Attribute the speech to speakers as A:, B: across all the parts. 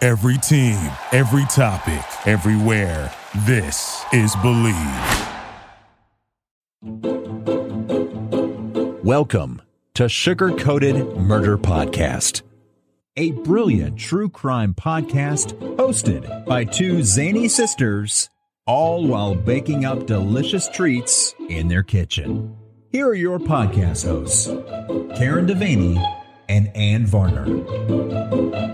A: Every team, every topic, everywhere. This is Believe.
B: Welcome to Sugar Coated Murder Podcast, a brilliant true crime podcast hosted by two zany sisters, all while baking up delicious treats in their kitchen. Here are your podcast hosts, Karen Devaney and Ann Varner.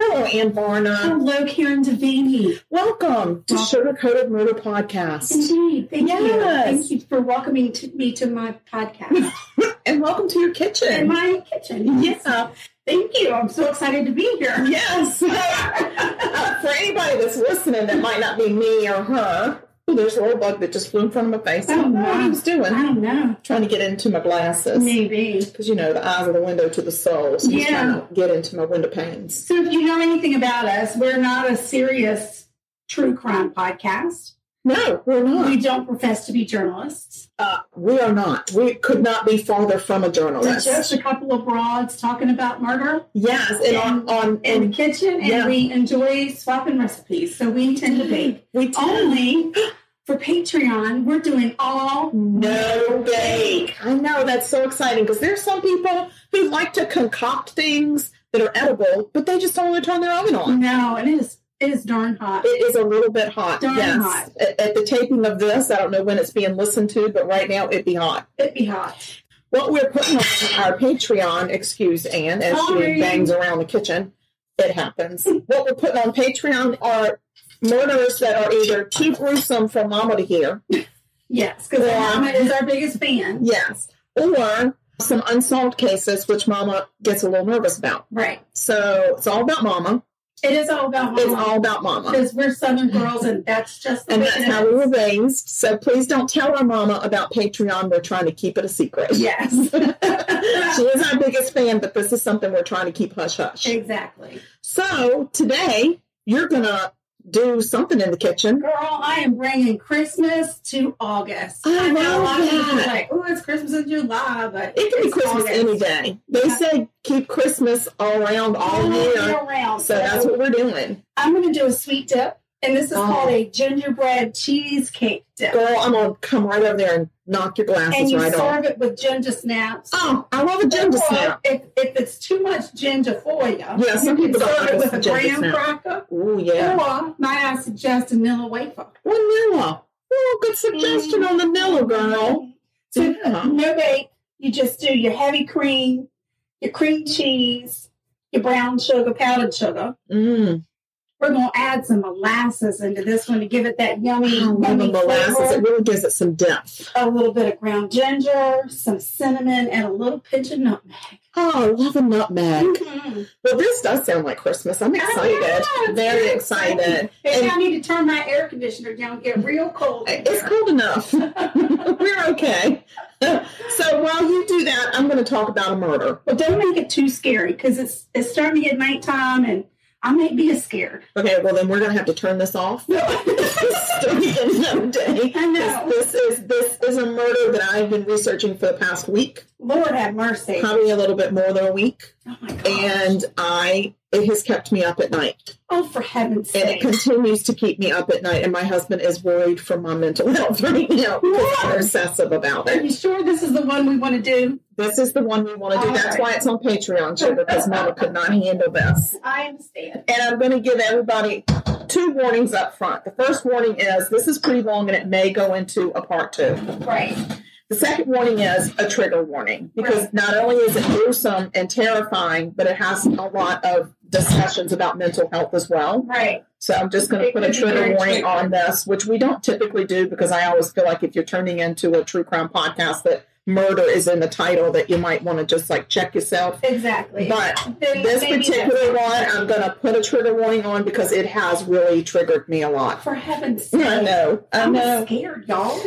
C: Hello, Ann Varner.
D: Hello, Karen Devaney.
C: Welcome to
D: Welcome.
C: Sugar Coated Murder Podcast.
D: Indeed. Thank you.
C: Yes.
D: Thank you for welcoming to me to my podcast
C: And welcome to your
D: in
C: kitchen.
D: my kitchen. Yes.
C: Yeah.
D: Thank you. I'm so excited to be here.
C: Yes. Uh, For anybody that's listening that might not be me or her, oh, there's a little bug that just flew in front of my face. I don't know what he was
D: I
C: doing.
D: don't know.
C: Trying to get into my glasses.
D: Maybe.
C: Because, you know, the eyes are the window to the soul. So he's
D: Yeah.
C: trying to get into my window panes.
D: So, if you know anything about us, we're not a serious true crime podcast.
C: No, we're not.
D: We don't profess to be journalists.
C: Uh, we are not. We could not be farther from a
D: We're just
C: journalist.
D: a couple of broads talking about murder
C: Yes. And on, on
D: in
C: and
D: the kitchen, and
C: Yeah.
D: we enjoy swapping recipes. So, we intend to bake.
C: we
D: Only for Patreon, we're doing all
C: No bake. I know that's so exciting because there's some people who like to concoct things that are edible, but they just don't want to turn their oven on.
D: No, it is it is darn hot.
C: It is a little bit hot.
D: Darn
C: yes.
D: hot.
C: At, at the taping of this, I don't know when it's being listened to, but right now it'd be hot.
D: It'd be hot.
C: What we're putting on our Patreon, excuse Anne, as
D: Sorry.
C: she bangs around the kitchen, it happens. what we're putting on Patreon are murders that are either too gruesome for Mama to hear.
D: Yes, because
C: Yeah.
D: Mama is our biggest fan.
C: Yes. Or some unsolved cases, which mama gets a little nervous about.
D: Right.
C: So it's all about mama.
D: It is all about
C: It's
D: Mama
C: all about mama.
D: because we're Southern girls, and that's just the
C: And
D: way
C: that's
D: it
C: how
D: is.
C: we were raised. So please don't tell our mama about Patreon. We're trying to keep it a secret.
D: Yes,
C: she is our biggest fan, but this is something we're trying to keep hush hush.
D: exactly.
C: So today, you're going to do something in the kitchen.
D: Girl, I am bringing Christmas to August.
C: I
D: know a lot of
C: love
D: people are
C: that.
D: like, oh, it's Christmas in July, but
C: It can be
D: it's
C: Christmas
D: August.
C: any day. They
D: Yeah. Oh,
C: say keep Christmas all around all year.
D: around.
C: So that's what we're doing.
D: I'm going to do a sweet dip, and this is
C: Oh.
D: called a gingerbread cheesecake dip.
C: Girl, I'm gonna come right over there and knock your
D: and
C: glasses
D: you
C: right
D: serve
C: off.
D: it with ginger snaps.
C: Oh, I love a ginger
D: Or
C: snap.
D: If, if it's too much ginger for you,
C: Yeah, some
D: you
C: people
D: can
C: don't
D: serve
C: like
D: it with a
C: ginger
D: graham
C: snap.
D: cracker.
C: Oh yeah,
D: Or might I suggest vanilla wafer?
C: vanilla. Oh, good suggestion on vanilla, girl.
D: So
C: Yeah.
D: no bake. You just do your heavy cream, your cream cheese, your brown sugar, powdered sugar.
C: Mm.
D: We're gonna add some molasses into this one to give it that yummy,
C: I love the
D: yummy
C: molasses. It
D: flavor.
C: really gives it some depth.
D: A little bit of ground ginger, some cinnamon, and a little pinch of nutmeg.
C: Oh, I love a nutmeg. Oh,
D: Mhm.
C: Mm-hmm. Well, this does sound like Christmas. I'm excited.
D: I know, it's
C: Very
D: so
C: excited.
D: Maybe
C: And
D: I need to turn my air conditioner down, get real cold. in
C: it's
D: here.
C: cold enough. We're okay. So while you do that, I'm going to talk about a murder.
D: Well, don't make it too scary because it's it's starting to get nighttime and I might be as scared.
C: Okay, well then we're going to have to turn this off. Still getting another day.
D: I know.
C: This is this is a murder that I've been researching for the past week,
D: Lord have mercy. Oh
C: probably a little bit more than a week,
D: my God.
C: and I it has kept me up at night,
D: oh, for heaven's
C: and it
D: sake.
C: continues to keep me up at night. And my husband is worried for my mental health right now because I'm obsessive about
D: Are
C: it.
D: you sure this is the one we want to do?
C: This is the one we want to do. That's why it's on Patreon, sugar, because Mama could not handle this.
D: I understand.
C: And I'm going to give everybody two warnings up front. The first warning is this is pretty long, and it may go into a part two.
D: Right.
C: The second warning is a trigger warning because not only is it gruesome and terrifying, but it has a lot of discussions about mental health as well.
D: Right.
C: So I'm just going to
D: It
C: put a
D: could be
C: trigger
D: very
C: warning
D: triggering.
C: on this, which we don't typically do because I always feel like if you're turning into a true crime podcast that murder is in the title that you might want to just like check yourself.
D: Exactly.
C: But
D: Then
C: this
D: maybe
C: particular one, I'm going to put a trigger warning on because it has really triggered me a lot.
D: For heaven's sake.
C: I know. I
D: I'm
C: know.
D: scared, y'all.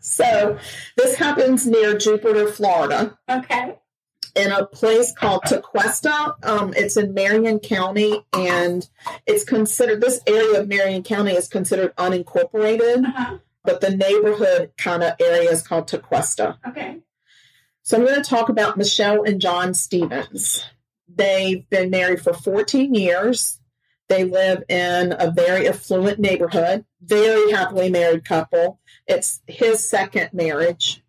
C: So this happens near Jupiter, Florida.
D: Okay.
C: in a place called Tequesta. Um, it's in Marion County, and it's considered this area of Marion County is considered unincorporated.
D: Uh-huh.
C: but the neighborhood kind of area is called Tequesta.
D: Okay.
C: So I'm going to talk about Michelle and John Stevens. They've been married for 14 years. They live in a very affluent neighborhood, very happily married couple. It's his second marriage.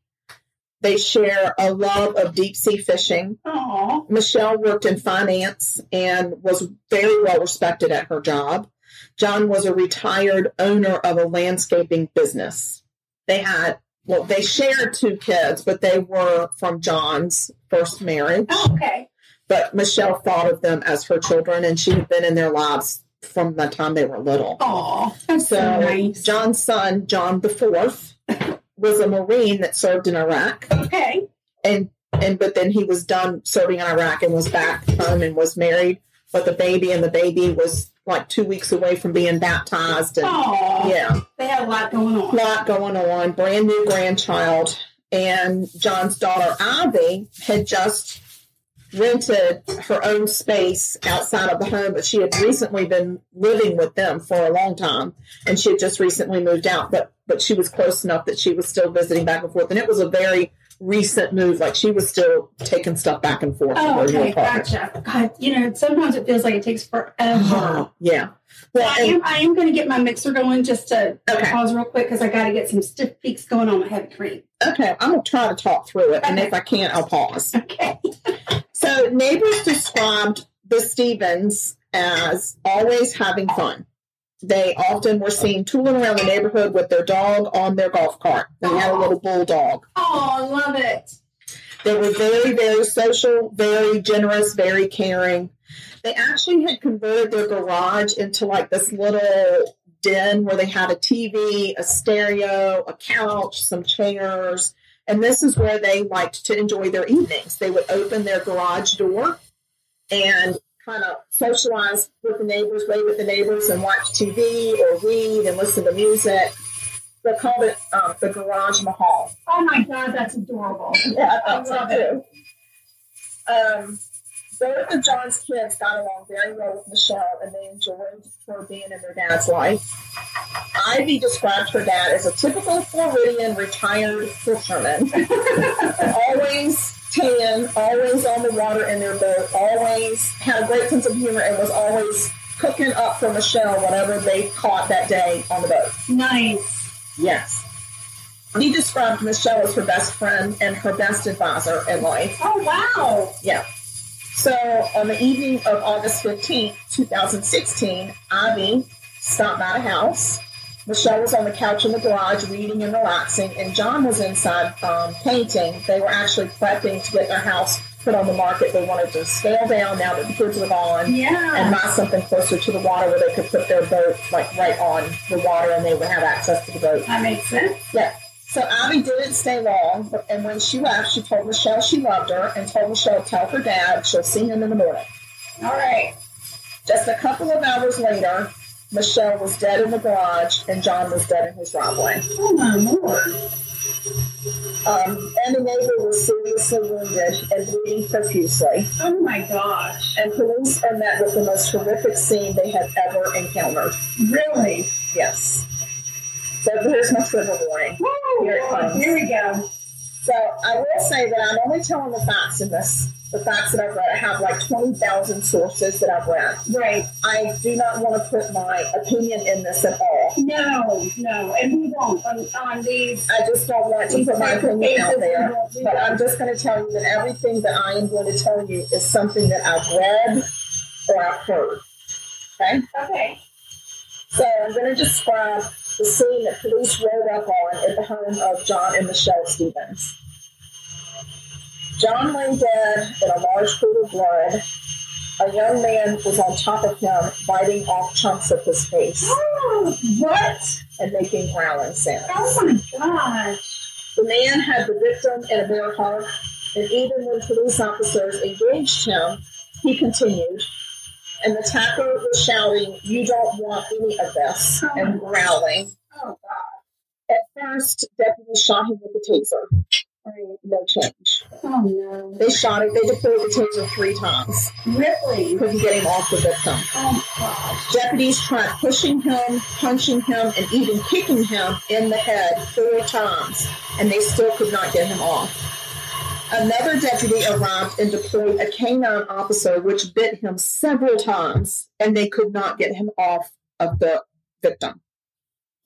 C: They share a love of deep sea fishing.
D: Oh.
C: Michelle worked in finance and was very well respected at her job. John was a retired owner of a landscaping business. They had, well, they shared two kids, but they were from John's first marriage.
D: okay.
C: But Michelle thought of them as her children, and she had been in their lives from the time they were little.
D: Oh. That's so,
C: So
D: nice.
C: John's son, John the Fourth, was a Marine that served in Iraq,
D: okay.
C: and and but then he was done serving in Iraq and was back home and was married. But the baby and the baby was like two weeks away from being baptized, and
D: Oh.
C: yeah,
D: They had a lot going on.
C: lot going on. Brand new grandchild, and John's daughter Ivy had just rented her own space outside of the home, but she had recently been living with them for a long time, and she had just recently moved out. But but she was close enough that she was still visiting back and forth, and it was a very recent move. Like she was still taking stuff back and forth.
D: Oh,
C: from her new
D: okay.
C: apartment.
D: Gotcha. God, you know, sometimes it feels like it takes forever.
C: Uh-huh. Yeah. Well,
D: I
C: and-
D: am, I am going to get my mixer going just to
C: Okay.
D: pause real quick because I got to get some stiff peaks going on with heavy cream.
C: okay, I'm gonna try to talk through it, and
D: Okay.
C: if I can't, I'll pause.
D: Okay.
C: So neighbors described the Stevens as always having fun. They often were seen tooling around the neighborhood with their dog on their golf cart. They had a little bulldog.
D: Oh, I love it.
C: They were very, very social, very generous, very caring. They actually had converted their garage into like this little den where they had a TV, a stereo, a couch, some chairs. And this is where they liked to enjoy their evenings. They would open their garage door and kind of socialize with the neighbors, wave at the neighbors, and watch TV or read and listen to music. They called it um, the Garage Mahal.
D: Oh my God, that's adorable.
C: Yeah, I
D: I
C: thought so
D: love
C: too. Um, both of John's kids got along very well with Michelle, and they enjoyed her being in their dad's life. Ivy described her dad as a typical Floridian retired fisherman, always tan, always on the water in their boat, always had a great sense of humor, and was always cooking up for Michelle whatever they caught that day on the boat.
D: Nice.
C: Yes. He described Michelle as her best friend and her best advisor in life.
D: Oh, wow.
C: Yeah. So on the evening of August 15th, 2016, Ivy stopped by the house. Michelle was on the couch in the garage reading and relaxing, and John was inside um, painting. They were actually prepping to get their house put on the market. They wanted to scale down now that the kids were gone and
D: Yeah.
C: buy something closer to the water where they could put their boat like right on the water and they would have access to the boat.
D: That makes sense.
C: Yeah. So Abby didn't stay long, but, and when she left, she told Michelle she loved her and told Michelle to tell her dad she'll see him in the morning.
D: All right.
C: Just a couple of hours later, Michelle was dead in the garage and John was dead in his driveway.
D: Oh, my Lord.
C: Um, and the neighbor was seriously wounded and bleeding profusely.
D: Oh, my gosh.
C: And police are met with the most horrific scene they have ever encountered.
D: Really?
C: Yes. So here's my trigger warning.
D: Woo!
C: Here it comes.
D: Here we go.
C: So I will say that I'm only telling the facts in this, the facts that I've read. I have like 20,000 sources that I've read.
D: Right.
C: I do not want to put my opinion in this at all.
D: No, no. And we won't on, on these.
C: I just don't want to put my opinion out there. But I'm just going to tell you that everything that I am going to tell you is something that I've read or I've heard. Okay?
D: Okay.
C: So I'm going to describe the scene that police rode up on at the home of John and Michelle Stevens. John lay dead in a large pool of blood. A young man was on top of him, biting off chunks of his face
D: Oh, what?
C: and making growling sounds.
D: Oh, my gosh.
C: The man had the victim in a bear hug, and even when police officers engaged him, he continued. And the attacker was shouting, You don't want any of this, and growling.
D: Oh,
C: At first, deputies shot him with a taser. No change.
D: God. Oh no.
C: They shot him. They deployed the taser three times.
D: Ripley.
C: Couldn't get him off the victim.
D: Oh gosh.
C: Deputies tried pushing him, punching him, and even kicking him in the head four times, and they still could not get him off. Another deputy arrived and deployed a canine officer, which bit him several times, and they could not get him off of the victim.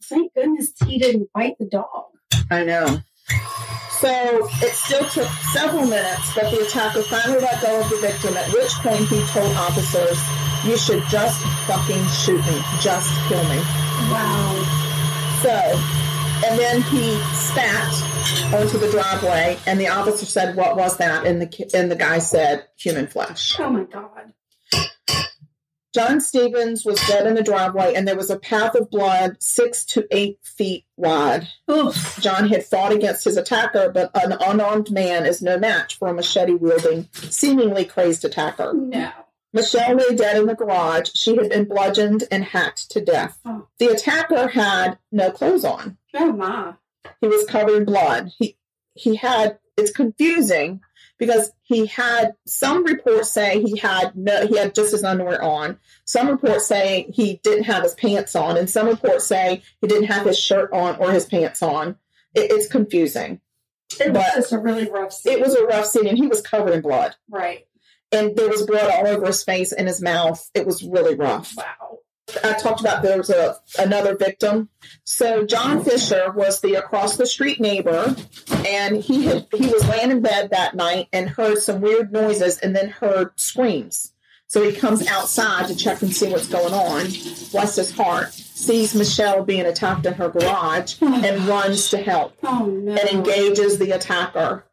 D: Thank goodness he didn't bite the dog.
C: I know. So it still took several minutes, but the attacker finally let go of the victim, at which point he told officers, You should just fucking shoot me, just kill me.
D: Wow.
C: So, and then he spat onto the driveway, and the officer said, "What was that?" And the ki- and the guy said, "Human flesh."
D: Oh my god.
C: John Stevens was dead in the driveway, and there was a path of blood six to eight feet wide.
D: Oof.
C: John had fought against his attacker, but an unarmed man is no match for a machete wielding, seemingly crazed attacker.
D: No.
C: Michelle lay dead in the garage. She had been bludgeoned and hacked to death.
D: Oh.
C: The attacker had no clothes on.
D: Oh my.
C: He was covered in blood. He he had it's confusing because he had some reports say he had no he had just his underwear on. Some reports say he didn't have his pants on, and some reports say he didn't have his shirt on or his pants on. It, it's confusing.
D: It was
C: But-
D: just a really rough scene.
C: It was a rough scene, and he was covered in blood,
D: right.
C: and there was blood all over his face and his mouth. It was really rough.
D: Wow.
C: I talked about there was a, another victim. So John Fisher was the across the street neighbor, and he had he was laying in bed that night and heard some weird noises and then heard screams. So he comes outside to check and see what's going on. Bless his heart, sees Michelle being attacked in her garage and runs to help
D: Oh no.
C: and engages the attacker.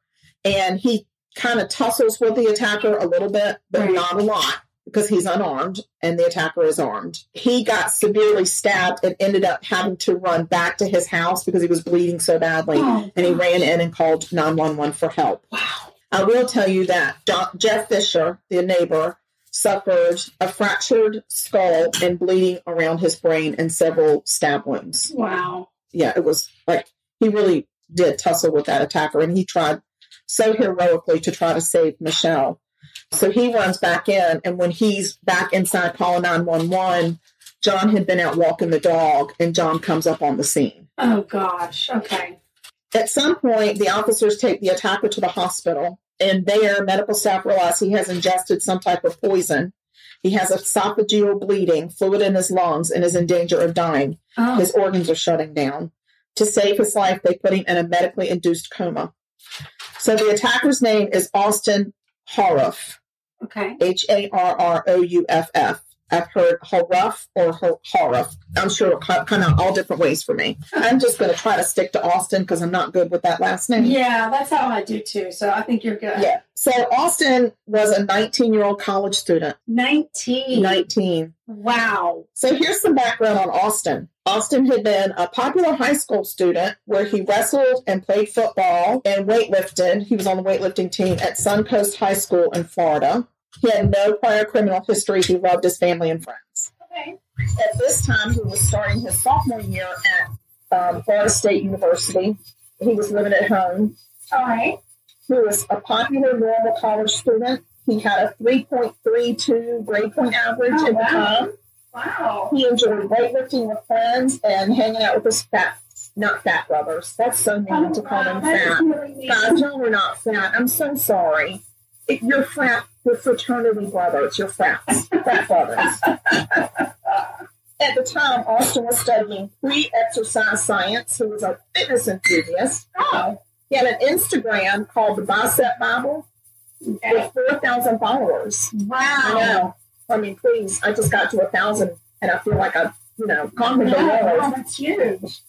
C: And he kind of tussles with the attacker a little bit, but
D: Right.
C: not a lot because he's unarmed and the attacker is armed. He got severely stabbed and ended up having to run back to his house because he was bleeding so badly.
D: Oh,
C: And he ran in and called 911 for help.
D: wow.
C: I will tell you that Jo- Jeff Fisher, the neighbor, suffered a fractured skull and bleeding around his brain and several stab wounds
D: Wow.
C: yeah, it was like he really did tussle with that attacker, and he tried so heroically to try to save Michelle. So he runs back in, and when he's back inside, calling nine one one. John had been out walking the dog, and John comes up on the scene.
D: Oh gosh. Okay.
C: At some point, the officers take the attacker to the hospital, and there, medical staff realize he has ingested some type of poison. He has esophageal bleeding, fluid in his lungs, and is in danger of dying.
D: Oh.
C: His organs are shutting down. To save his life, they put him in a medically induced coma. So the attacker's name is Austin Haroff,
D: okay.
C: H A R R O U F F. I've heard Haruff or Har- Haruff. I'm sure it'll co- come out all different ways for me. I'm just going to try to stick to Austin because I'm not good with that last name.
D: Yeah, that's how I do too. So I think you're good.
C: Yeah. So Austin was a 19 year old college student.
D: 19.
C: 19.
D: Wow.
C: So here's some background on Austin. Austin had been a popular high school student where he wrestled and played football and weightlifted. He was on the weightlifting team at Suncoast High School in Florida. He had no prior criminal history. He loved his family and friends.
D: Okay.
C: At this time, he was starting his sophomore year at um, Florida State University. He was living at home.
D: All right.
C: He was a popular normal college student. He had a 3.32 grade point average
D: Oh,
C: at the
D: wow.
C: time.
D: Wow.
C: He enjoyed weightlifting with friends and hanging out with his fat, not fat rubbers. That's so mean to call
D: Oh,
C: them fat. Guys, y'all are not fat. I'm so sorry. If you're frat, you're fraternity brothers. You're frats, frat brothers. At the time, Austin was studying pre-exercise science. He was a fitness enthusiast. Oh. He had an Instagram called the Bicep Bible
D: Oh,
C: with 4,000 followers. I
D: Wow.
C: know. I mean, please, I just got to a thousand and I feel like I've, you know, conquered the
D: Wow,
C: world.
D: Oh, that's huge.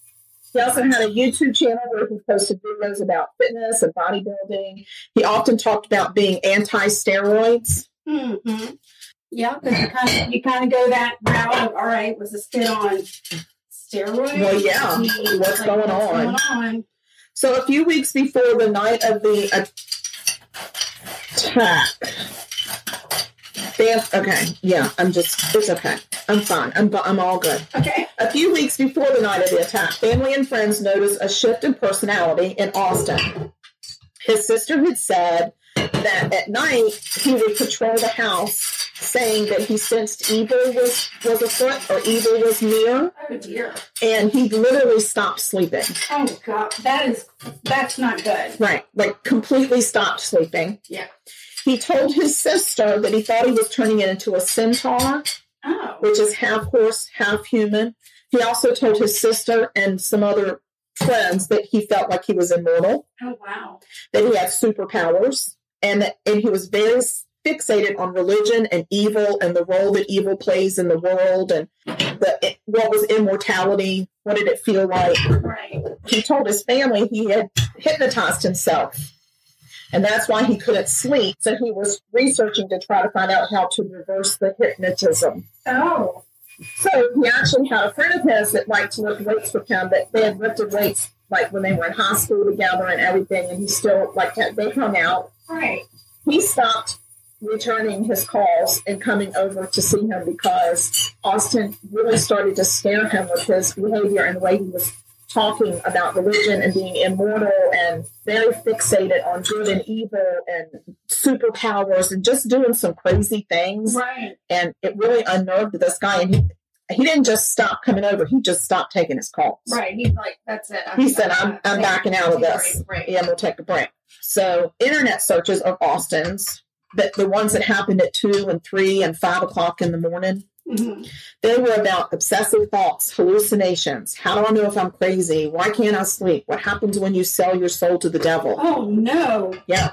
C: He also had a YouTube channel where he posted videos about fitness and bodybuilding. He often talked about being anti steroids.
D: Mm-hmm. Yeah, because you kind of you kind of go that route of all right, was this kid on steroids?
C: Well, yeah.
D: Jeez,
C: What's going on?
D: What's going on?
C: So a few weeks before the night of the attack, Bam, okay, yeah, I'm just, it's okay. I'm fine. I'm, fi- I'm all good.
D: Okay.
C: A few weeks before the night of the attack, family and friends noticed a shift in personality in Austin. His sister had said that at night he would patrol the house saying that he sensed evil was, was afoot or evil was near,
D: Oh dear.
C: and he literally stopped sleeping.
D: Oh god, that is that's not good.
C: Right, like completely stopped sleeping.
D: Yeah.
C: He told his sister that he thought he was turning it into a centaur,
D: Oh.
C: which is half horse, half human. He also told his sister and some other friends that he felt like he was immortal,
D: Oh wow.
C: that he had superpowers, and that, and he was very fixated on religion and evil and the role that evil plays in the world and the what was immortality, what did it feel like?
D: Right.
C: he told his family he had hypnotized himself and that's why he couldn't sleep so he was researching to try to find out how to reverse the hypnotism
D: Oh.
C: so he actually had a friend of his that liked to lift weights with him but they had lifted weights like when they were in high school together and everything and he still like had- they hung out
D: Right.
C: he stopped returning his calls and coming over to see him because Austin really started to scare him with his behavior and the way he was talking about religion and being immortal and very fixated on good and evil and superpowers and just doing some crazy things.
D: Right.
C: And it really unnerved this guy. And he, he didn't just stop coming over, he just stopped taking his calls.
D: Right. He's like, that's it. I'm
C: He said, I'm, I'm
D: Yeah.
C: backing out of this
D: Right.
C: and we'll take a break. So, internet searches of Austin's, but the ones that happened at two and three and five o'clock in the morning,
D: Mhm.
C: they were about obsessive thoughts, hallucinations. How do I know if I'm crazy? Why can't I sleep? What happens when you sell your soul to the devil?
D: Oh no.
C: Yeah.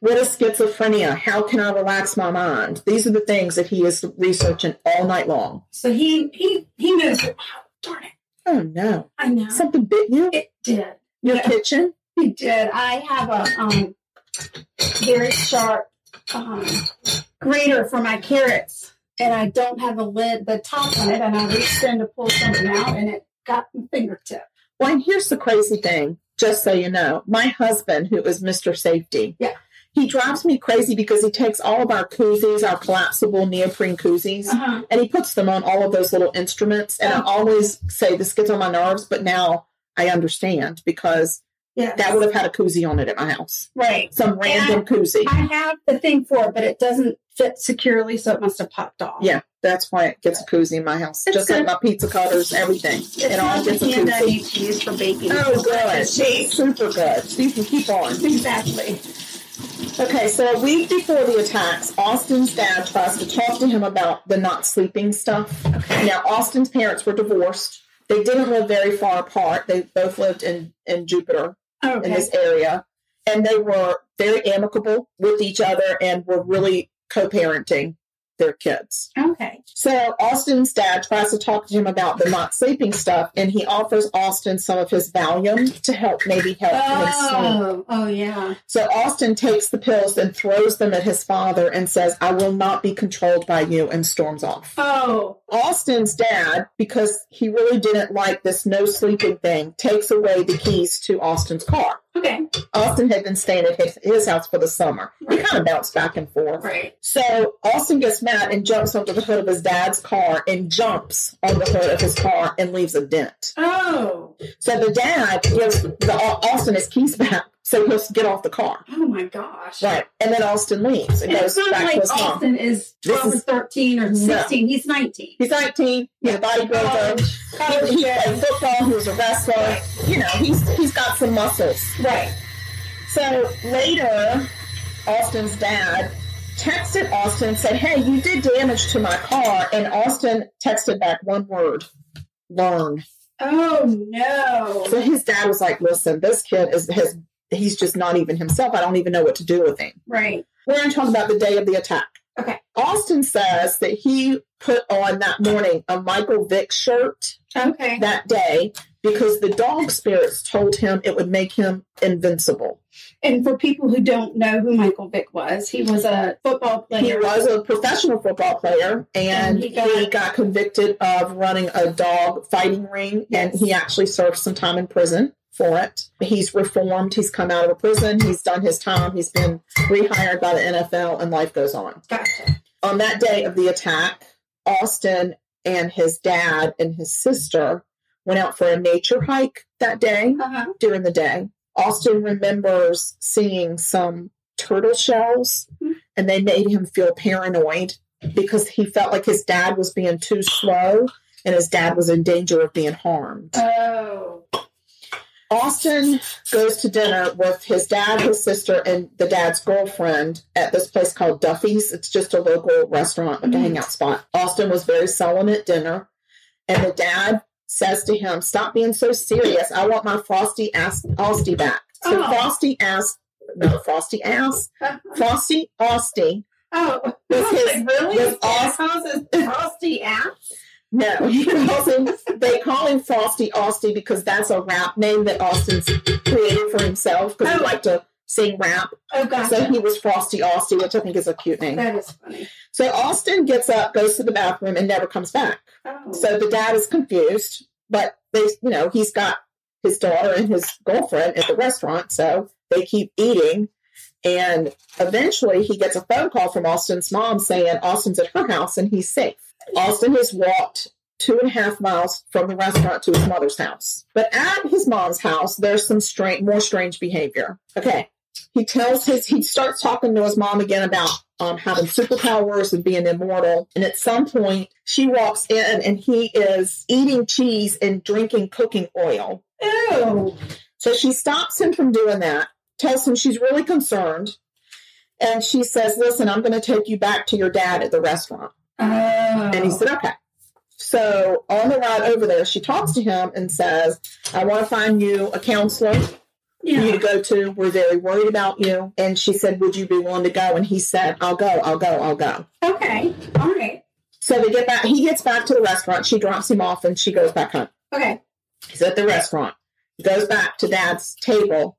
C: What is schizophrenia? How can I relax my mind? These are the things that he is researching all night long.
D: So he he he knows. Wow, darn it.
C: Oh no,
D: I know.
C: something bit you?
D: it did.
C: Your
D: Yeah.
C: kitchen?
D: He did. I have a um very sharp um grater for my carrots, and I don't have a lid, the top on it, and I reached in to pull something out, and it got my fingertip.
C: Well, and here's the crazy thing, just so you know. My husband, who is Mr. Safety,
D: Yeah.
C: he drives me crazy because he takes all of our koozies, our collapsible neoprene koozies,
D: Uh-huh.
C: and he puts them on all of those little instruments. And I always say this gets on my nerves, but now I understand because
D: Yeah.
C: that would have had a koozie on it at my house.
D: right.
C: Some random koozie.
D: I have the thing for it, but it doesn't fit securely, so it must have popped off.
C: Yeah, that's why it gets a koozie in my house.
D: It's
C: just like
D: good.
C: my pizza cutters, everything.
D: It's
C: it all
D: not the
C: gets a
D: hand I
C: koozie.
D: need to use for baking.
C: Oh, good.
D: It's shaped.
C: Super good. You can keep on.
D: Exactly.
C: Okay, so a week before the attacks, Austin's dad tries to talk to him about the not sleeping stuff. Now, Austin's parents were divorced. They didn't live very far apart. They both lived in, in Jupiter, in
D: Okay.
C: this area. And they were very amicable with each other and were really co parenting their kids.
D: Okay.
C: So, Austin's dad tries to talk to him about the not sleeping stuff, and he offers Austin some of his Valium to help maybe help him sleep.
D: Oh, oh yeah.
C: So Austin takes the pills and throws them at his father and says, I will not be controlled by you, and storms off.
D: Oh,
C: Austin's dad, because he really didn't like this no sleeping thing, takes away the keys to Austin's car.
D: okay.
C: Austin had been staying at his, his house for the summer. He kind of bounced back and forth.
D: Right.
C: So Austin gets mad and jumps onto the hood of his dad's car and jumps on the hood of his car and leaves a dent.
D: Oh,
C: So the dad gives the, Austin his keys back so he'll get off the car.
D: oh my gosh.
C: Right. And then Austin leaves and
D: And it's
C: goes
D: not
C: back
D: like
C: to his mom.
D: Austin is 12 or
C: is-
D: 13 or
C: No.
D: 16. He's 19.
C: He's 19. He's a bodybuilder.
D: Oh,
C: He, he played football. He was a wrestler. You know, he's, he's got some muscles.
D: Right.
C: So later, Austin's dad texted Austin, said, Hey, you did damage to my car. And Austin texted back one word learn.
D: Oh, no.
C: So his dad was like, Listen, this kid is his, he's just not even himself. I don't even know what to do with him.
D: Right.
C: We're going to talk about the day of the attack.
D: Okay.
C: Austin says that he put on that morning a Michael Vick shirt
D: Okay.
C: that day because the dog spirits told him it would make him invincible.
D: And for people who don't know who Michael Vick was, he was a football
C: He
D: player.
C: was a professional football player and
D: And he
C: he
D: got-
C: got, convicted of running a dog fighting ring and he actually served some time in prison for it. He's reformed, he's come out of prison, he's done his time, he's been rehired by the NFL and life goes on.
D: Gotcha.
C: on that day of the attack, Austin and his dad and his sister went out for a nature hike that day
D: Uh-huh.
C: during the day. Austin remembers seeing some turtle shells and they made him feel paranoid because he felt like his dad was being too slow and his dad was in danger of being harmed.
D: Oh.
C: Austin goes to dinner with his dad, his sister, and the dad's girlfriend at this place called Duffy's. It's just a local restaurant, like a
D: Mhm.
C: hangout spot. Austin was very sullen at dinner, and the dad says to him, "Stop being so serious. I want my Frosty ass Austie back." So
D: Oh.
C: Frosty ass, no Frosty ass, Frosty Austie.
D: Oh.
C: This
D: I was like,
C: is-
D: really?
C: this
D: ass how's this frosty ass?
C: No, he calls him, they call him Frosty Austie because that's a rap name that Austin's created for himself because he
D: Oh.
C: liked to sing rap.
D: Oh,
C: So
D: gotcha.
C: he was Frosty Austin, which I think is a cute name.
D: That is funny.
C: So Austin gets up, goes to the bathroom, and never comes back.
D: Oh.
C: So the dad is confused, but they, you know, he's got his daughter and his girlfriend at the restaurant, so they keep eating. And eventually, he gets a phone call from Austin's mom saying Austin's at her house and he's safe. Austin has walked two and a half miles from the restaurant to his mother's house. But at his mom's house, there's some strange, more strange behavior. Okay. He tells his, he starts talking to his mom again about um, having superpowers and being immortal. And at some point, she walks in and he is eating cheese and drinking cooking oil.
D: Ew.
C: So she stops him from doing that, tells him she's really concerned. And she says, Listen, I'm going to take you back to your dad at the restaurant.
D: Oh.
C: And he said, okay. So on the ride over there, she talks to him and says, I want to find you a counselor for you to
D: Oh. yeah.
C: go to. We're very worried about you. And she said, Would you be willing to go? And he said, I'll go, I'll go, I'll go.
D: Okay. All right.
C: So they get back, he gets back to the restaurant. She drops him off and she goes back home.
D: Okay.
C: He's at the restaurant, goes back to dad's table.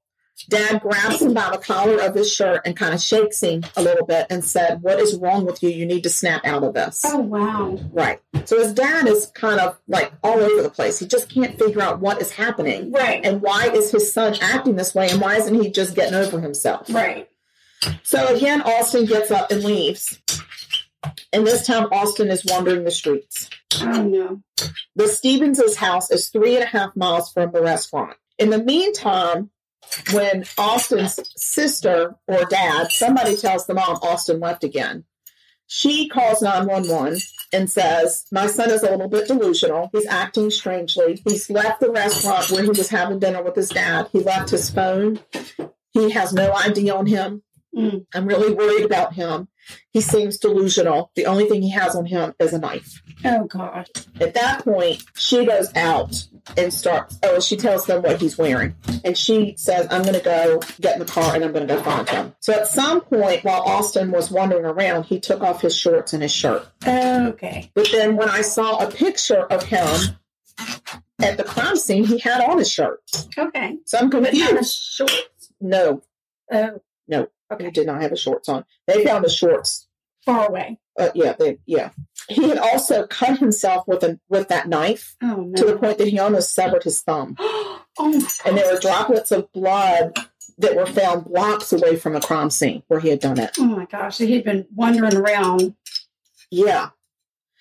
C: Dad grabs him by the collar of his shirt and kind of shakes him a little bit and said, What is wrong with you? You need to snap out of this.
D: Oh, wow.
C: Right. So his dad is kind of like all over the place. He just can't figure out what is happening
D: Right.
C: and why is his son acting this way and why isn't he just getting over himself?
D: Right.
C: So again, Austin gets up and leaves. And this time, Austin is wandering the streets.
D: Oh, no.
C: The Stevens' house is three and a half miles from the restaurant. In the meantime, when Austin's sister or dad, somebody tells the mom Austin left again, she calls 911 and says, My son is a little bit delusional. He's acting strangely. He's left the restaurant where he was having dinner with his dad. He left his phone. He has no ID on him.
D: Mm.
C: I'm really worried about him. He seems delusional. The only thing he has on him is a knife.
D: Oh, God.
C: At that point, she goes out and starts. Oh, she tells them what he's wearing. And she says, I'm going to go get in the car and I'm going to go find him. So at some point, while Austin was wandering around, he took off his shorts and his shirt.
D: Oh. Okay.
C: But then when I saw a picture of him at the crime scene, he had on his shirt.
D: Okay.
C: So I'm
D: But not
C: confused.
D: a short.
C: No,
D: Oh,
C: he did not have his shorts on. They found the shorts.
D: far away.
C: Uh, yeah, they, yeah. He had also cut himself with a with that knife
D: Oh,
C: to the
D: no.
C: point that he almost severed his thumb.
D: oh, my
C: and there were droplets of blood that were found blocks away from the crime scene where he had done it.
D: Oh my gosh, so he'd been wandering around
C: Yeah.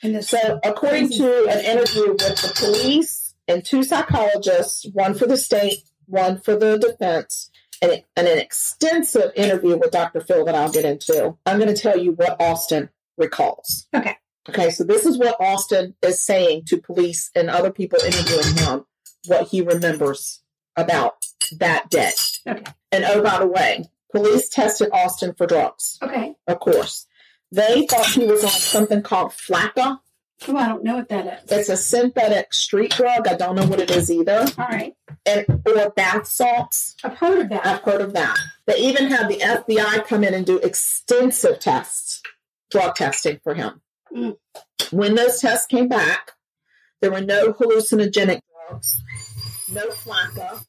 D: in this.
C: So, according to an interview with the police and two psychologists, one for the state, one for the defense, and, and an extensive interview with Dr. Phil that I'll get into, I'm going to tell you what Austin recalls.
D: Okay.
C: Okay. So, this is what Austin is saying to police and other people interviewing him, what he remembers about that day.
D: Okay.
C: And oh, by the way, police tested Austin for drugs,
D: Okay.
C: of course. They thought he was on something called Flacca.
D: Oh, I don't know what that is.
C: It's a synthetic street drug. I don't know what it is either.
D: All right.
C: And or bath salts.
D: I've heard of that.
C: I've heard of that. They even had the FBI come in and do extensive tests, drug testing for him.
D: Mm.
C: When those tests came back, there were no hallucinogenic drugs, no flacca,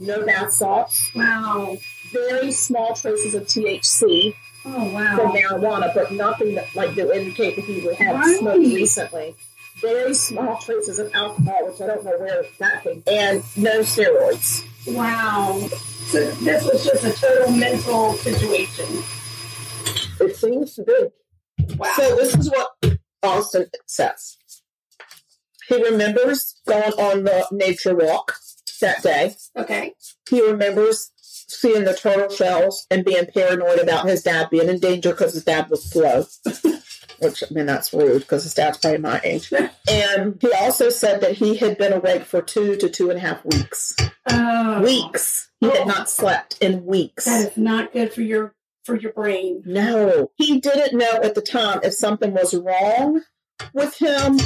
C: no bath salts,
D: Wow.
C: very small traces of THC
D: Oh,
C: for
D: wow.
C: marijuana, but nothing that like that would indicate that he would have
D: Right.
C: smoked recently. Very small traces of alcohol, which I don't know where that came, and no steroids.
D: Wow. So this was just a total mental situation.
C: It seems to be.
D: Wow.
C: So this is what Austin says. He remembers going on the nature walk that day.
D: okay.
C: He remembers seeing the turtle shells and being paranoid about his dad being in danger because his dad was slow. Which, I mean, that's rude because his dad's probably my age. And he also said that he had been awake for two to two and a half weeks.
D: Oh,
C: Weeks. He had not slept in weeks.
D: That is not good for your for your brain.
C: No, he didn't know at the time if something was wrong with him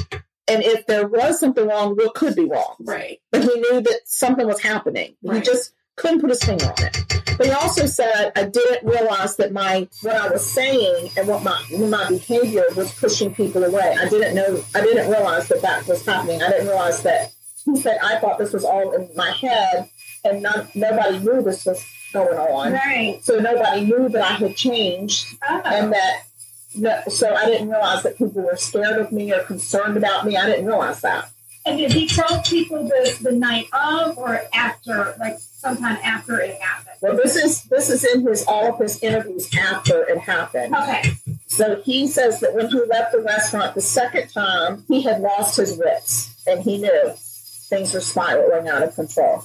C: and if there was something wrong, what could be wrong.
D: Right.
C: But he knew that something was happening. He
D: Right.
C: just couldn't put his finger on it. But he also said, I didn't realize that my what I was saying and what my my behavior was pushing people away. I didn't know. I didn't realize that that was happening. I didn't realize that. He said, I thought this was all in my head, and not, nobody knew this was going on.
D: Right.
C: So nobody knew that I had changed
D: Oh.
C: and that no, so I didn't realize that people were scared of me or concerned about me. I didn't realize that.
D: And did he tell people this the night of or after, like sometime after it happened?
C: Well, this is this is in his all of his interviews after it happened.
D: Okay.
C: So he says that when he left the restaurant the second time, he had lost his wits and he knew things were spiraling out of control.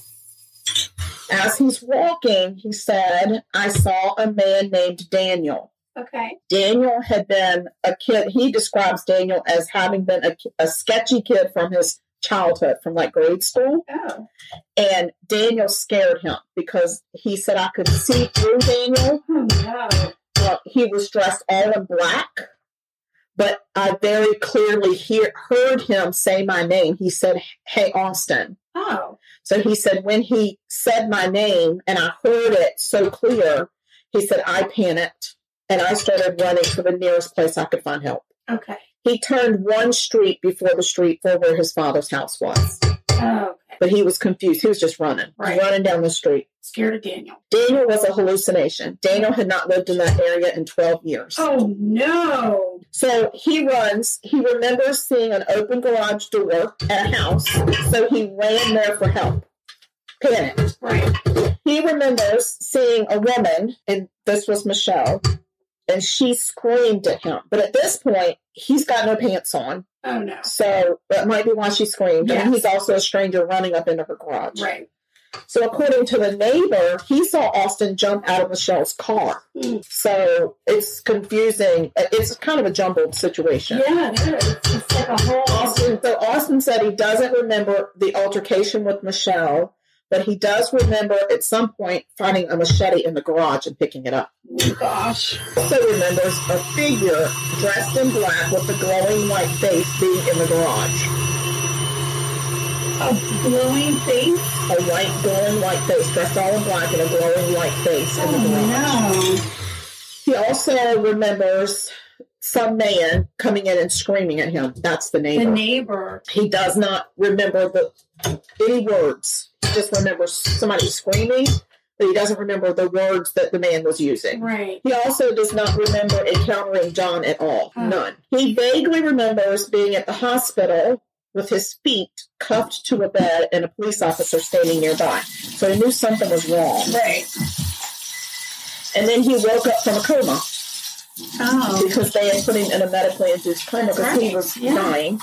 C: As he's walking, he said, I saw a man named Daniel.
D: Okay.
C: Daniel had been a kid. He describes Daniel as having been a, a sketchy kid from his childhood, from like grade school.
D: Oh.
C: And Daniel scared him because he said, I could see through Daniel.
D: Oh no.
C: Uh, he was dressed all in black, but I very clearly hear, heard him say my name. He said, Hey, Austin.
D: Oh.
C: So he said, when he said my name and I heard it so clear, he said, I panicked and I started running for the nearest place I could find help.
D: Okay.
C: He turned one street before the street for where his father's house was,
D: Oh. Okay.
C: but he was confused. He was just running,
D: Right.
C: running down the street.
D: Scared of Daniel.
C: Daniel was a hallucination. Daniel had not lived in that area in 12 years.
D: Oh no.
C: So he runs. He remembers seeing an open garage door at a house, so he ran there for help. Panicked.
D: Right.
C: He remembers seeing a woman, and this was Michelle, and she screamed at him. But at this point, he's got no pants on.
D: Oh no.
C: So that might be why she screamed. And
D: Yes.
C: he's also a stranger running up into her garage.
D: Right.
C: So according to the neighbor, he saw Austin jump out of Michelle's car.
D: Mm.
C: So it's confusing. It's kind of a jumbled situation.
D: Yeah, it is. It's like a whole.
C: Austin, so Austin said he doesn't remember the altercation with Michelle, but he does remember at some point finding a machete in the garage and picking it up.
D: Oh, gosh.
C: Also remembers a figure dressed in black with a glowing white face being in the garage.
D: A glowing thing.
C: a white, glowing white face, dressed all in black, and a glowing white face in the garage.
D: Oh
C: He also remembers some man coming in and screaming at him. That's the
D: no. The
C: neighbor.
D: neighbor.
C: he does not remember the any words. He just remembers somebody screaming, but he doesn't remember the words that the man was using.
D: Right.
C: He also does not remember encountering John at all.
D: Oh.
C: None. He vaguely remembers being at the hospital with his feet cuffed to a bed and a police officer standing nearby. So he knew something was wrong.
D: Right.
C: And then he woke up from a coma
D: Oh.
C: because they had put him in a medically induced coma because he
D: Right,
C: was
D: yeah.
C: dying.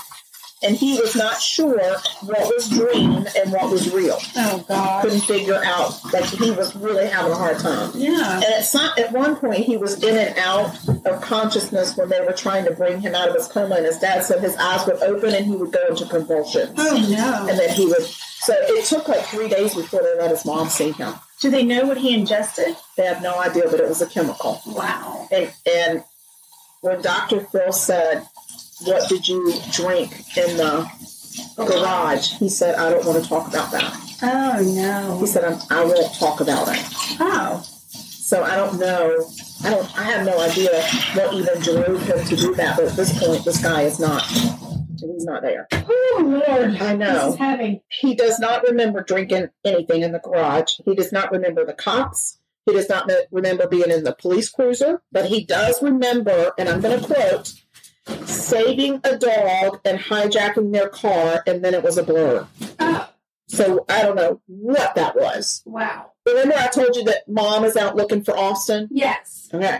C: And he was not sure what was dream and what was real.
D: Oh God.
C: Couldn't figure out. Like he was really having a hard time.
D: Yeah.
C: And at some, at one point, he was in and out of consciousness when they were trying to bring him out of his coma. And his dad said his eyes would open and he would go into convulsions.
D: Oh no.
C: And then he would. So it took like three days before they let his mom see him.
D: Do they know what he ingested?
C: They have no idea, but it was a chemical.
D: Wow.
C: And, and when Dr. Phil said, What did you drink in the garage? He said, I don't want to talk about that.
D: Oh
C: He
D: no.
C: said, I'm, I won't talk about it.
D: Oh.
C: So I don't know. I don't. I have no idea what even drove him to do that. But at this point, this guy is not. He's not there.
D: Oh Lord.
C: I know.
D: This is heavy.
C: He does not remember drinking anything in the garage. He does not remember the cops. He does not me- remember being in the police cruiser. But he does remember, and I'm going to quote: saving a dog and hijacking their car, and then it was a blur.
D: Oh
C: So I don't know what that was.
D: wow.
C: Remember, I told you that mom is out looking for Austin.
D: Yes.
C: Okay.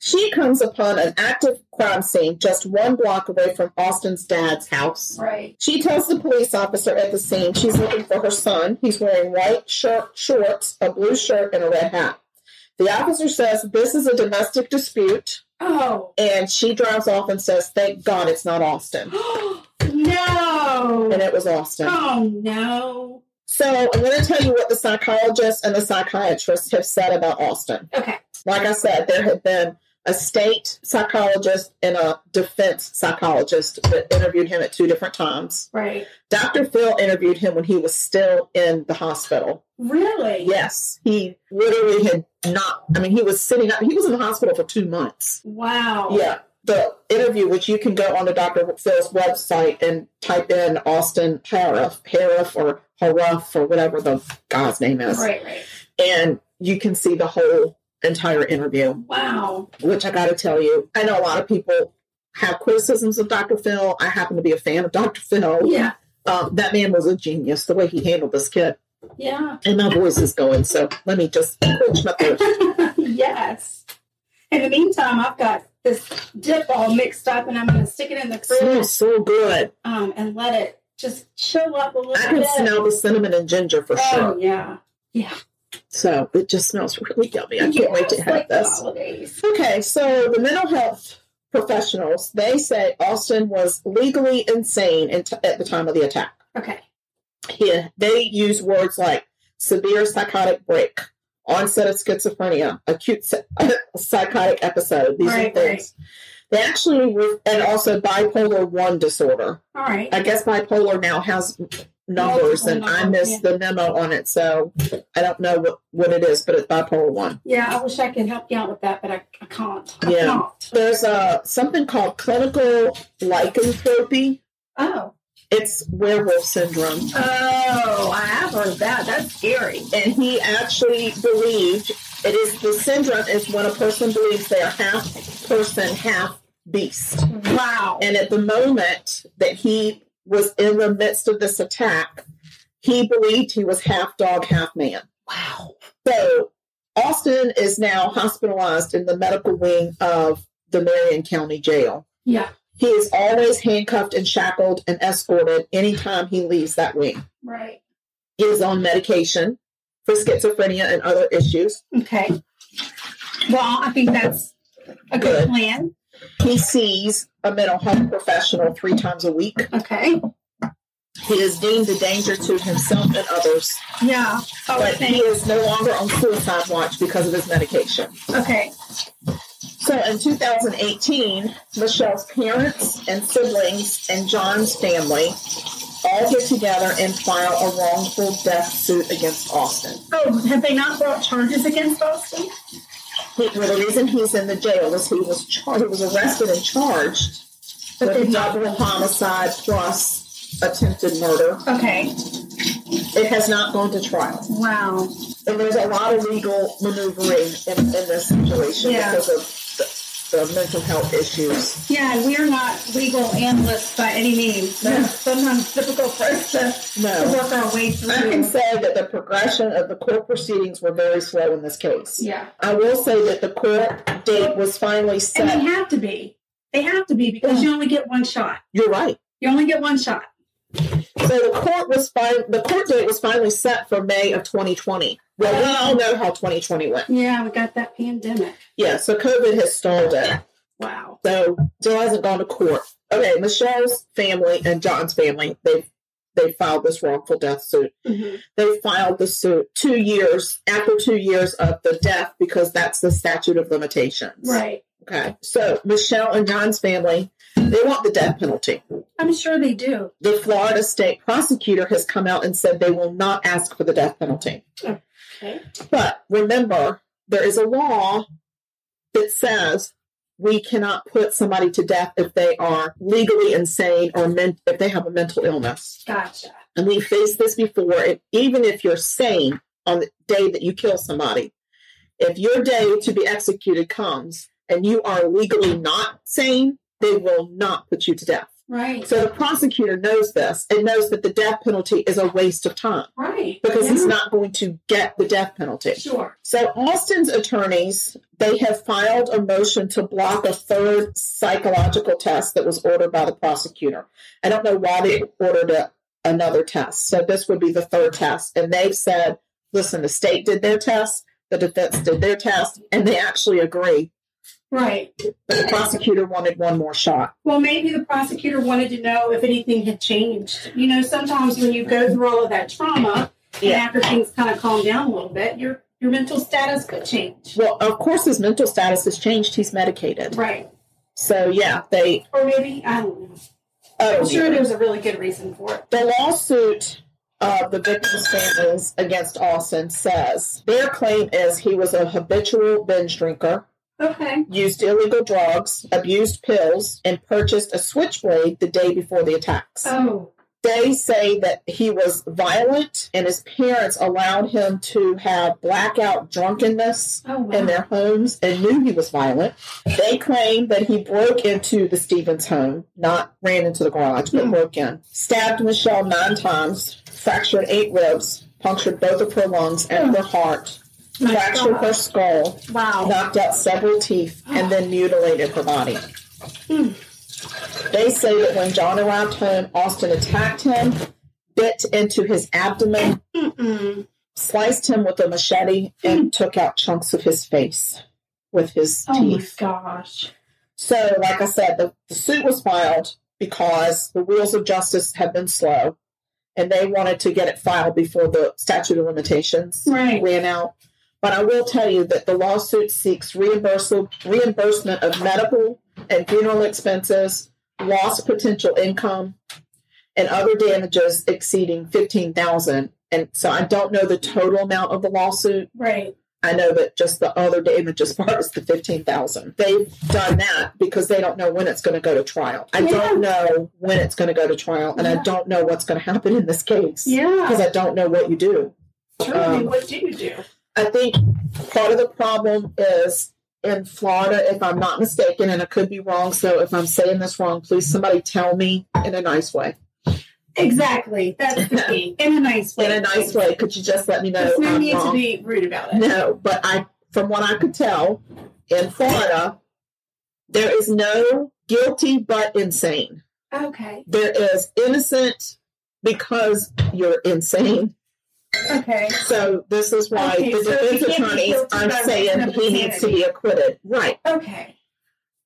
C: She comes upon an active crime scene just one block away from Austin's dad's house.
D: Right.
C: She tells the police officer at the scene she's looking for her son. He's wearing white shirt, shorts, a blue shirt, and a red hat. The officer says this is a domestic dispute,
D: Oh.
C: and she drives off and says, "Thank God it's not Austin." And
D: no.
C: it was Austin.
D: Oh no.
C: So I'm going to tell you what the psychologists and the psychiatrists have said about Austin.
D: Okay.
C: like I said, there had been a state psychologist and a defense psychologist that interviewed him at two different times.
D: Right.
C: Dr. Phil interviewed him when he was still in the hospital.
D: Really?
C: Yes, he literally had not, I mean, he was sitting up, he was in the hospital for two months.
D: Wow.
C: Yeah. The interview, which you can go on to Dr. Phil's website and type in Austin Harif, Harif or Haruff or whatever the guy's name is,
D: Right. Right.
C: and you can see the whole entire interview
D: Wow.
C: which I got to tell you, I know a lot of people have criticisms of Dr. Phil. I happen to be a fan of Dr. Phil.
D: Yeah.
C: Um, that man was a genius, the way he handled this kid.
D: Yeah.
C: And my voice is going, so let me just quench my thirst.
D: yes. In the meantime, I've got this dip all mixed up, and I'm going to stick it in the fridge
C: Smells so good.
D: um, and let it just chill up a little
C: I can
D: bit.
C: smell the cinnamon and ginger for
D: Oh
C: sure.
D: yeah, yeah.
C: So it just smells really yummy. I can't
D: Yeah,
C: wait to
D: it's
C: have
D: like the
C: this.
D: holidays.
C: Okay, so the mental health professionals they say Austin was legally insane in t- at the time of the attack.
D: Okay.
C: Yeah, they use words like severe psychotic break, onset of schizophrenia, acute psy- psychotic episode. These
D: Right,
C: are things. They actually, were, and also bipolar one disorder.
D: All right.
C: I guess bipolar now has n- numbers, and I
D: Multiple
C: missed the memo on it, so I don't know what, what it is, but it's bipolar one.
D: Yeah, I wish I could help you out with that, but I, I can't. I
C: Yeah.
D: Can't.
C: There's a something called clinical lycanthropy.
D: Oh.
C: It's werewolf syndrome.
D: Oh, I have heard that. That's scary.
C: and he actually believed it is the syndrome is when a person believes they are half person, half beast.
D: Wow.
C: And at the moment that he was in the midst of this attack, he believed he was half dog, half man.
D: wow.
C: So Austin is now hospitalized in the medical wing of the Marion County Jail.
D: Yeah.
C: He is always handcuffed and shackled and escorted anytime he leaves that wing.
D: Right.
C: He is on medication for schizophrenia and other issues.
D: Okay. Well, I think that's a good
C: Good.
D: plan.
C: He sees a mental health professional three times a week.
D: Okay.
C: He is deemed a danger to himself and others,
D: Yeah. Oh, I
C: but he
D: think.
C: is no longer on suicide watch because of his medication.
D: Okay.
C: So in 2018, Michelle's parents and siblings and John's family all get together and file a wrongful death suit against Austin.
D: Oh, have they not brought charges against Austin?
C: He, well, the reason he's in the jail is he was char- he was arrested and charged
D: But
C: with
D: they-
C: double homicide plus attempted murder.
D: Okay.
C: It has not gone to trial.
D: Wow.
C: And there's a lot of legal maneuvering in, in this situation
D: Yeah.
C: because of the, the mental health issues.
D: Yeah, and we're not legal analysts by any means. So
C: No.
D: it's sometimes difficult for us to, to
C: No.
D: work our way through.
C: I can say that the progression of the court proceedings were very slow in this case.
D: yeah.
C: I will say that the court date was finally
D: And they
C: set.
D: have to be. They have to be because you only get one shot.
C: You're right.
D: You only get one shot.
C: So the court was fin- the court date was finally set for May of 2020. Well, we all know how 2020 went.
D: Yeah, we got that pandemic.
C: Yeah, so COVID has stalled it.
D: Wow.
C: So Jill hasn't gone to court. Okay, Michelle's family and John's family, they they filed this wrongful death suit.
D: Mm-hmm.
C: They filed the suit two years after two years of the death because that's the statute of limitations.
D: Right.
C: Okay. So Michelle and John's family, they want the death penalty.
D: I'm sure they do.
C: The Florida state prosecutor has come out and said they will not ask for the death penalty.
D: Okay.
C: But remember, there is a law that says we cannot put somebody to death if they are legally insane or men- if they have a mental illness.
D: Gotcha.
C: And we faced this before. If, even if you're sane on the day that you kill somebody, if your day to be executed comes and you are legally not sane, they will not put you to death.
D: Right.
C: So the prosecutor knows this and knows that the death penalty is a waste of time
D: right.
C: because he's
D: Yeah.
C: not going to get the death penalty.
D: Sure.
C: So Austin's attorneys, they have filed a motion to block a third psychological test that was ordered by the prosecutor. I don't know why they ordered a, another test. So this would be the third test. And they've said, listen, the state did their test, the defense did their test, and they actually agree.
D: Right.
C: But the prosecutor wanted one more shot.
D: Well, maybe the prosecutor wanted to know if anything had changed. You know, sometimes when you go through all of that trauma
C: Yeah.
D: and after things kind of calm down a little bit, your your mental status could change.
C: Well, of course, his mental status has changed. He's medicated.
D: Right.
C: So, yeah, they.
D: Or maybe I don't know.
C: Oh,
D: I'm sure there's a really good reason for it.
C: The lawsuit of the victim's families against Austin says their claim is he was a habitual binge drinker,
D: Okay.
C: used illegal drugs, abused pills, and purchased a switchblade the day before the attacks.
D: Oh.
C: They say that he was violent and his parents allowed him to have blackout drunkenness
D: Oh wow.
C: in their homes and knew he was violent. They claim that he broke into the Stevens home, not ran into the garage, but
D: Hmm.
C: broke in. Stabbed Michelle nine times, fractured eight ribs, punctured both of her lungs and her heart,
D: Hmm. My
C: fractured her
D: God.
C: skull,
D: Wow.
C: knocked out several teeth, and then mutilated her body.
D: Hmm.
C: They say that when John arrived home, Austin attacked him, bit into his abdomen,
D: Mm-mm.
C: sliced him with a machete, and took out chunks of his face with his
D: Hmm. Oh my
C: teeth.
D: gosh.
C: So, like I said, the, the suit was filed because the wheels of justice have been slow, and they wanted to get it filed before the statute of limitations
D: Right.
C: ran out. But I will tell you that the lawsuit seeks reimbursal, reimbursement of medical and funeral expenses, lost potential income, and other damages exceeding fifteen thousand. And so I don't know the total amount of the lawsuit.
D: Right.
C: I know that just the other damages part is the fifteen thousand. They've done that because they don't know when it's going to go to trial. I don't know when it's going to go to trial, and I
D: Yeah.
C: don't know what's going to happen in this case
D: Yeah.
C: because I don't know what you do.
D: Truly,
C: um,
D: what do you do?
C: I think part of the problem is in Florida, if I'm not mistaken, and I could be wrong. So if I'm saying this wrong, please somebody tell me in a nice way.
D: Exactly. That's the key. In a nice way.
C: In a nice way, could you just let me know?
D: There's no
C: I'm
D: need to
C: wrong?
D: be rude about it.
C: No, but I, from what I could tell, in Florida, there is no guilty but insane.
D: Okay.
C: There is innocent because you're insane.
D: Okay.
C: So this is why
D: Okay,
C: the
D: so
C: defense
D: he can't
C: attorneys
D: be guilty
C: are
D: by reason
C: saying
D: of
C: he needs to be acquitted. Right.
D: Okay.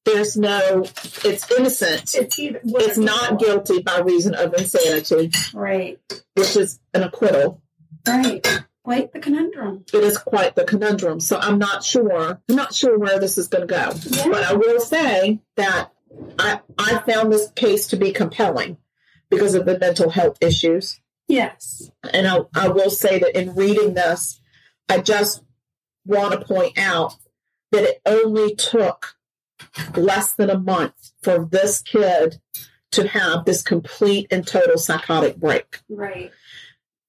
C: There's no, it's innocent.
D: It's either
C: It's not guilty by reason of insanity,
D: Right.
C: which is an acquittal.
D: Right. Quite the conundrum.
C: It is quite the conundrum. So I'm not sure. I'm not sure where this is going to go.
D: Yeah.
C: But I will say that I, I found this case to be compelling because of the mental health issues.
D: Yes.
C: And I, I will say that in reading this, I just want to point out that it only took less than a month for this kid to have this complete and total psychotic break.
D: Right.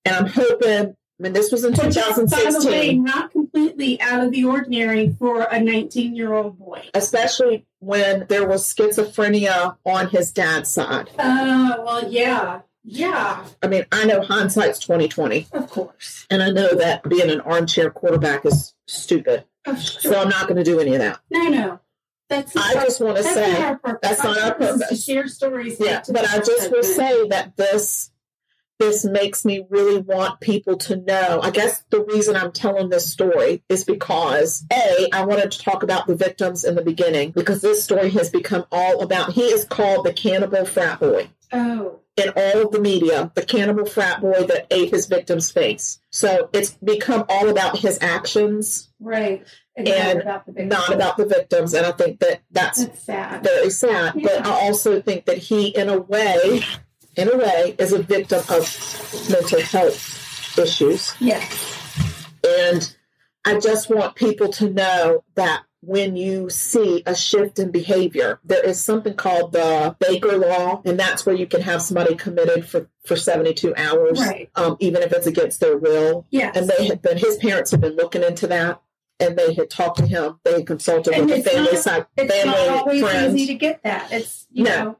C: And I'm hoping, I mean, this was in
D: Which is, by the way,
C: 2016,
D: not completely out of the ordinary for a 19 year old boy.
C: especially when there was schizophrenia on his dad's side.
D: Oh, well, yeah. Yeah.
C: I mean, I know hindsight's twenty twenty,
D: Of course.
C: and I know that being an armchair quarterback is stupid.
D: Of sure.
C: So I'm not going to do any of that.
D: no, no. That's
C: I just want to
D: that's not
C: say,
D: our purpose.
C: that's not our
D: is
C: purpose.
D: To share stories.
C: yeah,
D: like to
C: but
D: the
C: I just will
D: person.
C: say that this this makes me really want people to know. I guess the reason I'm telling this story is because a I wanted to talk about the victims in the beginning because this story has become all about. He is called the cannibal frat boy.
D: Oh,
C: in all of the media, the cannibal frat boy that ate his victim's face. So it's become all about his actions,
D: right. It's
C: And
D: not about the victim.
C: not about the victims. And I think that that's
D: That's sad.
C: very sad. But I also think that he, in a way, in a way, is a victim of mental health issues.
D: Yes.
C: And I just want people to know that when you see a shift in behavior, there is something called the Baker Law, and that's where you can have somebody committed for, for 72 hours,
D: Right.
C: um, even if it's against their will.
D: Yes.
C: And they had been, his parents had been looking into that, and they had talked to him, they had consulted
D: And
C: with a
D: it's
C: family,
D: not-
C: psych,
D: it's not
C: family
D: always
C: friend.
D: easy to get that. It's you
C: No.
D: know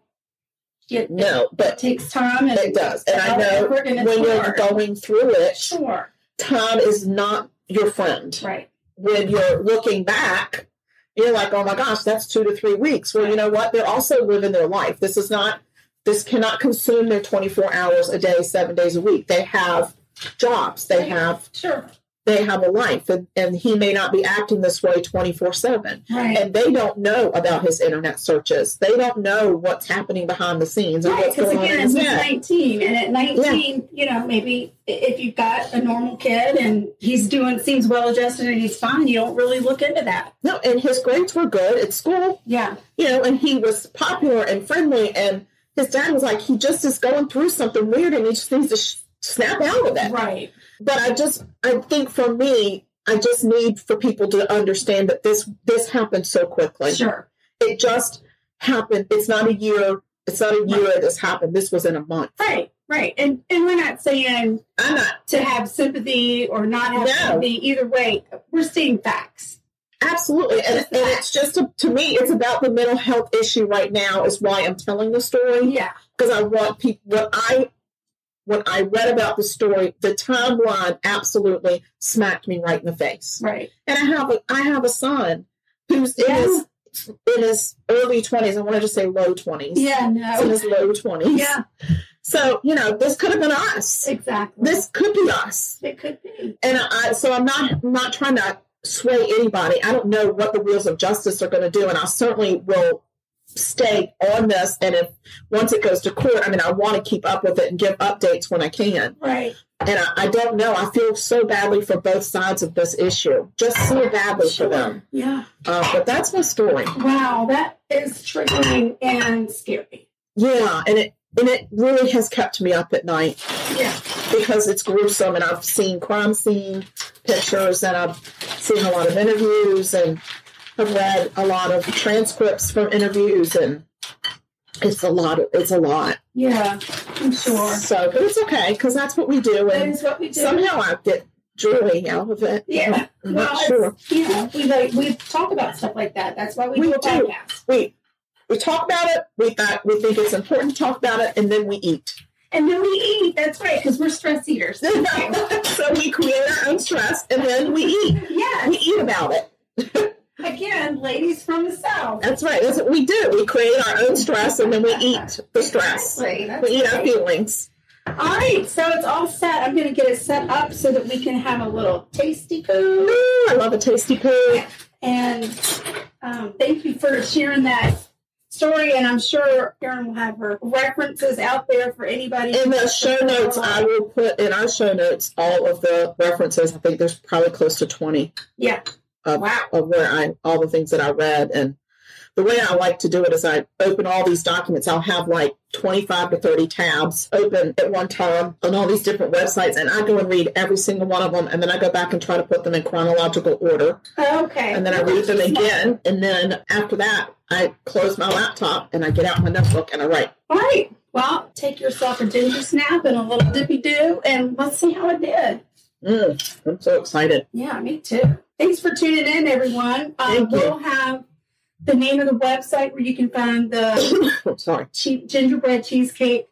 E: It,
C: No,
E: it
C: but
E: takes time and
C: It does. And I know
E: effort and it's
C: when you're
E: hard.
C: going through it,
E: Sure.
C: time is not your friend.
E: Right.
C: When you're looking back, you're like, oh my gosh, that's two to three weeks. Well, you know what? They're also living their life. This is not, this cannot consume their 24 hours a day, seven days a week. They have jobs, they have,
E: Sure.
C: they have a life, and, and he may not be acting this way 24 7
E: Right.
C: and they don't know about his internet searches. They don't know what's happening behind the scenes and
E: Right,
C: what's
E: because
C: going on in
E: again,
C: his
E: he's
C: head.
E: 19, and at 19, you know, maybe i- if you've got a normal kid and he's doing, seems well adjusted and he's fine, you don't really look into that.
C: No, and his grades were good at school,
E: Yeah,
C: you know, and he was popular and friendly. And his dad was like, he just is going through something weird, and he just needs to sh- snap out of it.
E: right.
C: But I just, I think for me, I just need for people to understand that this this happened so quickly.
E: Sure.
C: It just happened. It's not a year. It's not a year this happened. This was in a month.
E: Right, right. And and we're not saying
C: I'm not
E: to have sympathy or not have
C: No.
E: sympathy. Either way, we're seeing facts.
C: Absolutely. And, and it's just, a, to me, it's about the mental health issue right now is why I'm telling the story.
E: Yeah,
C: Because I want people, what I, when I read about the story, the timeline absolutely smacked me right in the face.
E: right.
C: And I have a, I have a son who's in his, in his early 20s. I wanted to say low 20s.
E: Yeah,
C: He's in
E: no.
C: his low 20s.
E: Yeah,
C: So, you know, this could have been us.
E: exactly.
C: This could be us.
E: it could be.
C: And I, so I'm not not trying to sway anybody. I don't know what the wheels of justice are going to do, and I certainly will stay on this. And if once it goes to court, I mean, I want to keep up with it and give updates when I can.
E: Right.
C: And I, I don't know. I feel so badly for both sides of this issue, just so badly for them.
E: Yeah.
C: Uh, but that's my story.
E: Wow, that is triggering and scary.
C: Yeah, and it and it really has kept me up at night.
E: Yeah.
C: because it's gruesome and I've seen crime scene pictures and I've seen a lot of interviews and I've read a lot of transcripts from interviews and it's a lot of, it's a lot.
E: Yeah, I'm sure.
C: So but it's okay because that's what we do
E: That
C: and
E: is what we do.
C: somehow I get joy out of it.
E: yeah.
C: I'm
E: well,
C: not
E: it's-
C: sure.
E: you know, we like we talk about stuff like that. That's why we,
C: We
E: do a
C: do.
E: podcast.
C: We we talk about it, we thought we think it's important to talk about it and then we eat.
E: And then we eat. That's right, because we're stress eaters.
C: so we create our own stress and then we eat.
E: yeah.
C: We eat about it.
E: Again, ladies from the south.
C: That's right. That's what we do. We create our own stress and then we eat the stress.
E: Exactly. That's
C: We eat our
E: right.
C: feelings.
E: All right, so it's all set. I'm going to get it set up so that we can have a little tasty
C: Ooh,
E: food.
C: I love a tasty poo.
E: And um, thank you for sharing that story. And I'm sure Karen will have her references out there for anybody.
C: In the show notes, I will put in our show notes all of the references. I think there's probably close to 20
E: Yeah.
C: of,
E: Wow.
C: of where I all the things that I read. And the way I like to do it is I open all these documents. I'll have like 25 to 30 tabs open at one time on all these different websites, and I go and read every single one of them, and then I go back and try to put them in chronological order.
E: Okay.
C: and then I read them again. And then after that, I close my laptop and I get out my notebook and I write.
E: All right. Well, take yourself a ginger snap and a little dippy do, and let's see how it did.
C: Mm, I'm so excited.
E: Yeah, me too. Thanks for tuning in, everyone. Um,
C: Thank you.
E: we'll have the name of the website where you can find the
C: I'm Oh, sorry.
E: cheap gingerbread cheesecake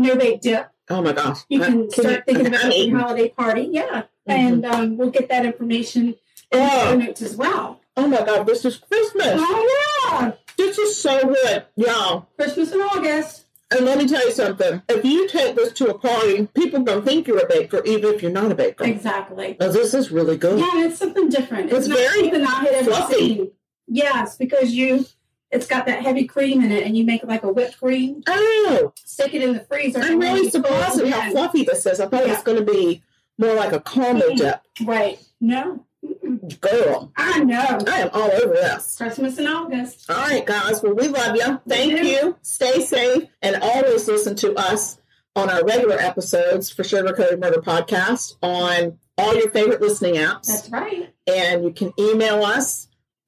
E: no bake dip.
C: Oh my gosh.
E: You
C: I-
E: can start thinking
C: I'm
E: about your
C: eating.
E: holiday party. Yeah. And um, we'll get that information in the show
C: Oh,
E: notes as well.
C: oh my god, this is Christmas.
E: Oh, yeah.
C: This is so good, y'all.
E: Christmas in August.
C: And let me tell you something. If you take this to a party, people gonna think you're a baker, even if you're not a baker.
E: Exactly.
C: Now, this is really good.
E: Yeah, it's something different. It's,
C: It's
E: not
C: very
E: something I had ever
C: fluffy.
E: seen. Yes, because you, it's got that heavy cream in it, and you make like a whipped cream,
C: Oh,
E: stick it in the freezer.
C: I'm
E: and then
C: really
E: you pull it
C: surprised at how
E: again.
C: fluffy this is. I thought it was
E: Yeah.
C: gonna be more like a caramel
E: Mm.
C: dip.
E: Right? No, Mm-mm.
C: Girl,
E: I know.
C: I am all over this.
E: Christmas in August.
C: All right, guys. Well, we love you. Thank
E: do.
C: you. Stay safe and always listen to us on our regular episodes for Sugar Coated Murder Podcast on all your favorite listening apps.
E: That's right.
C: and you can email us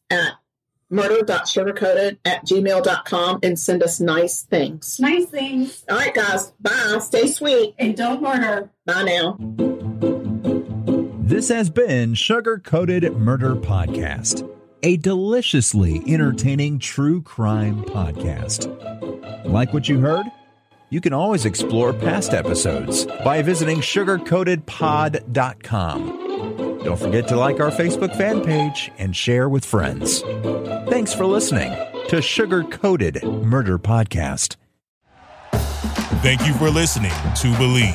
C: at murder.sugarcoated at gmail.com and send us nice things.
E: Nice things,
C: All right, guys. Bye. Stay sweet.
E: and don't murder.
C: Bye now.
B: This has been Sugar Coated Murder Podcast, a deliciously entertaining true crime podcast. Like what you heard? you can always explore past episodes by visiting sugarcoatedpod.com. Don't forget to like our Facebook fan page and share with friends. Thanks for listening to Sugar Coated Murder Podcast.
A: Thank you for listening to Believe.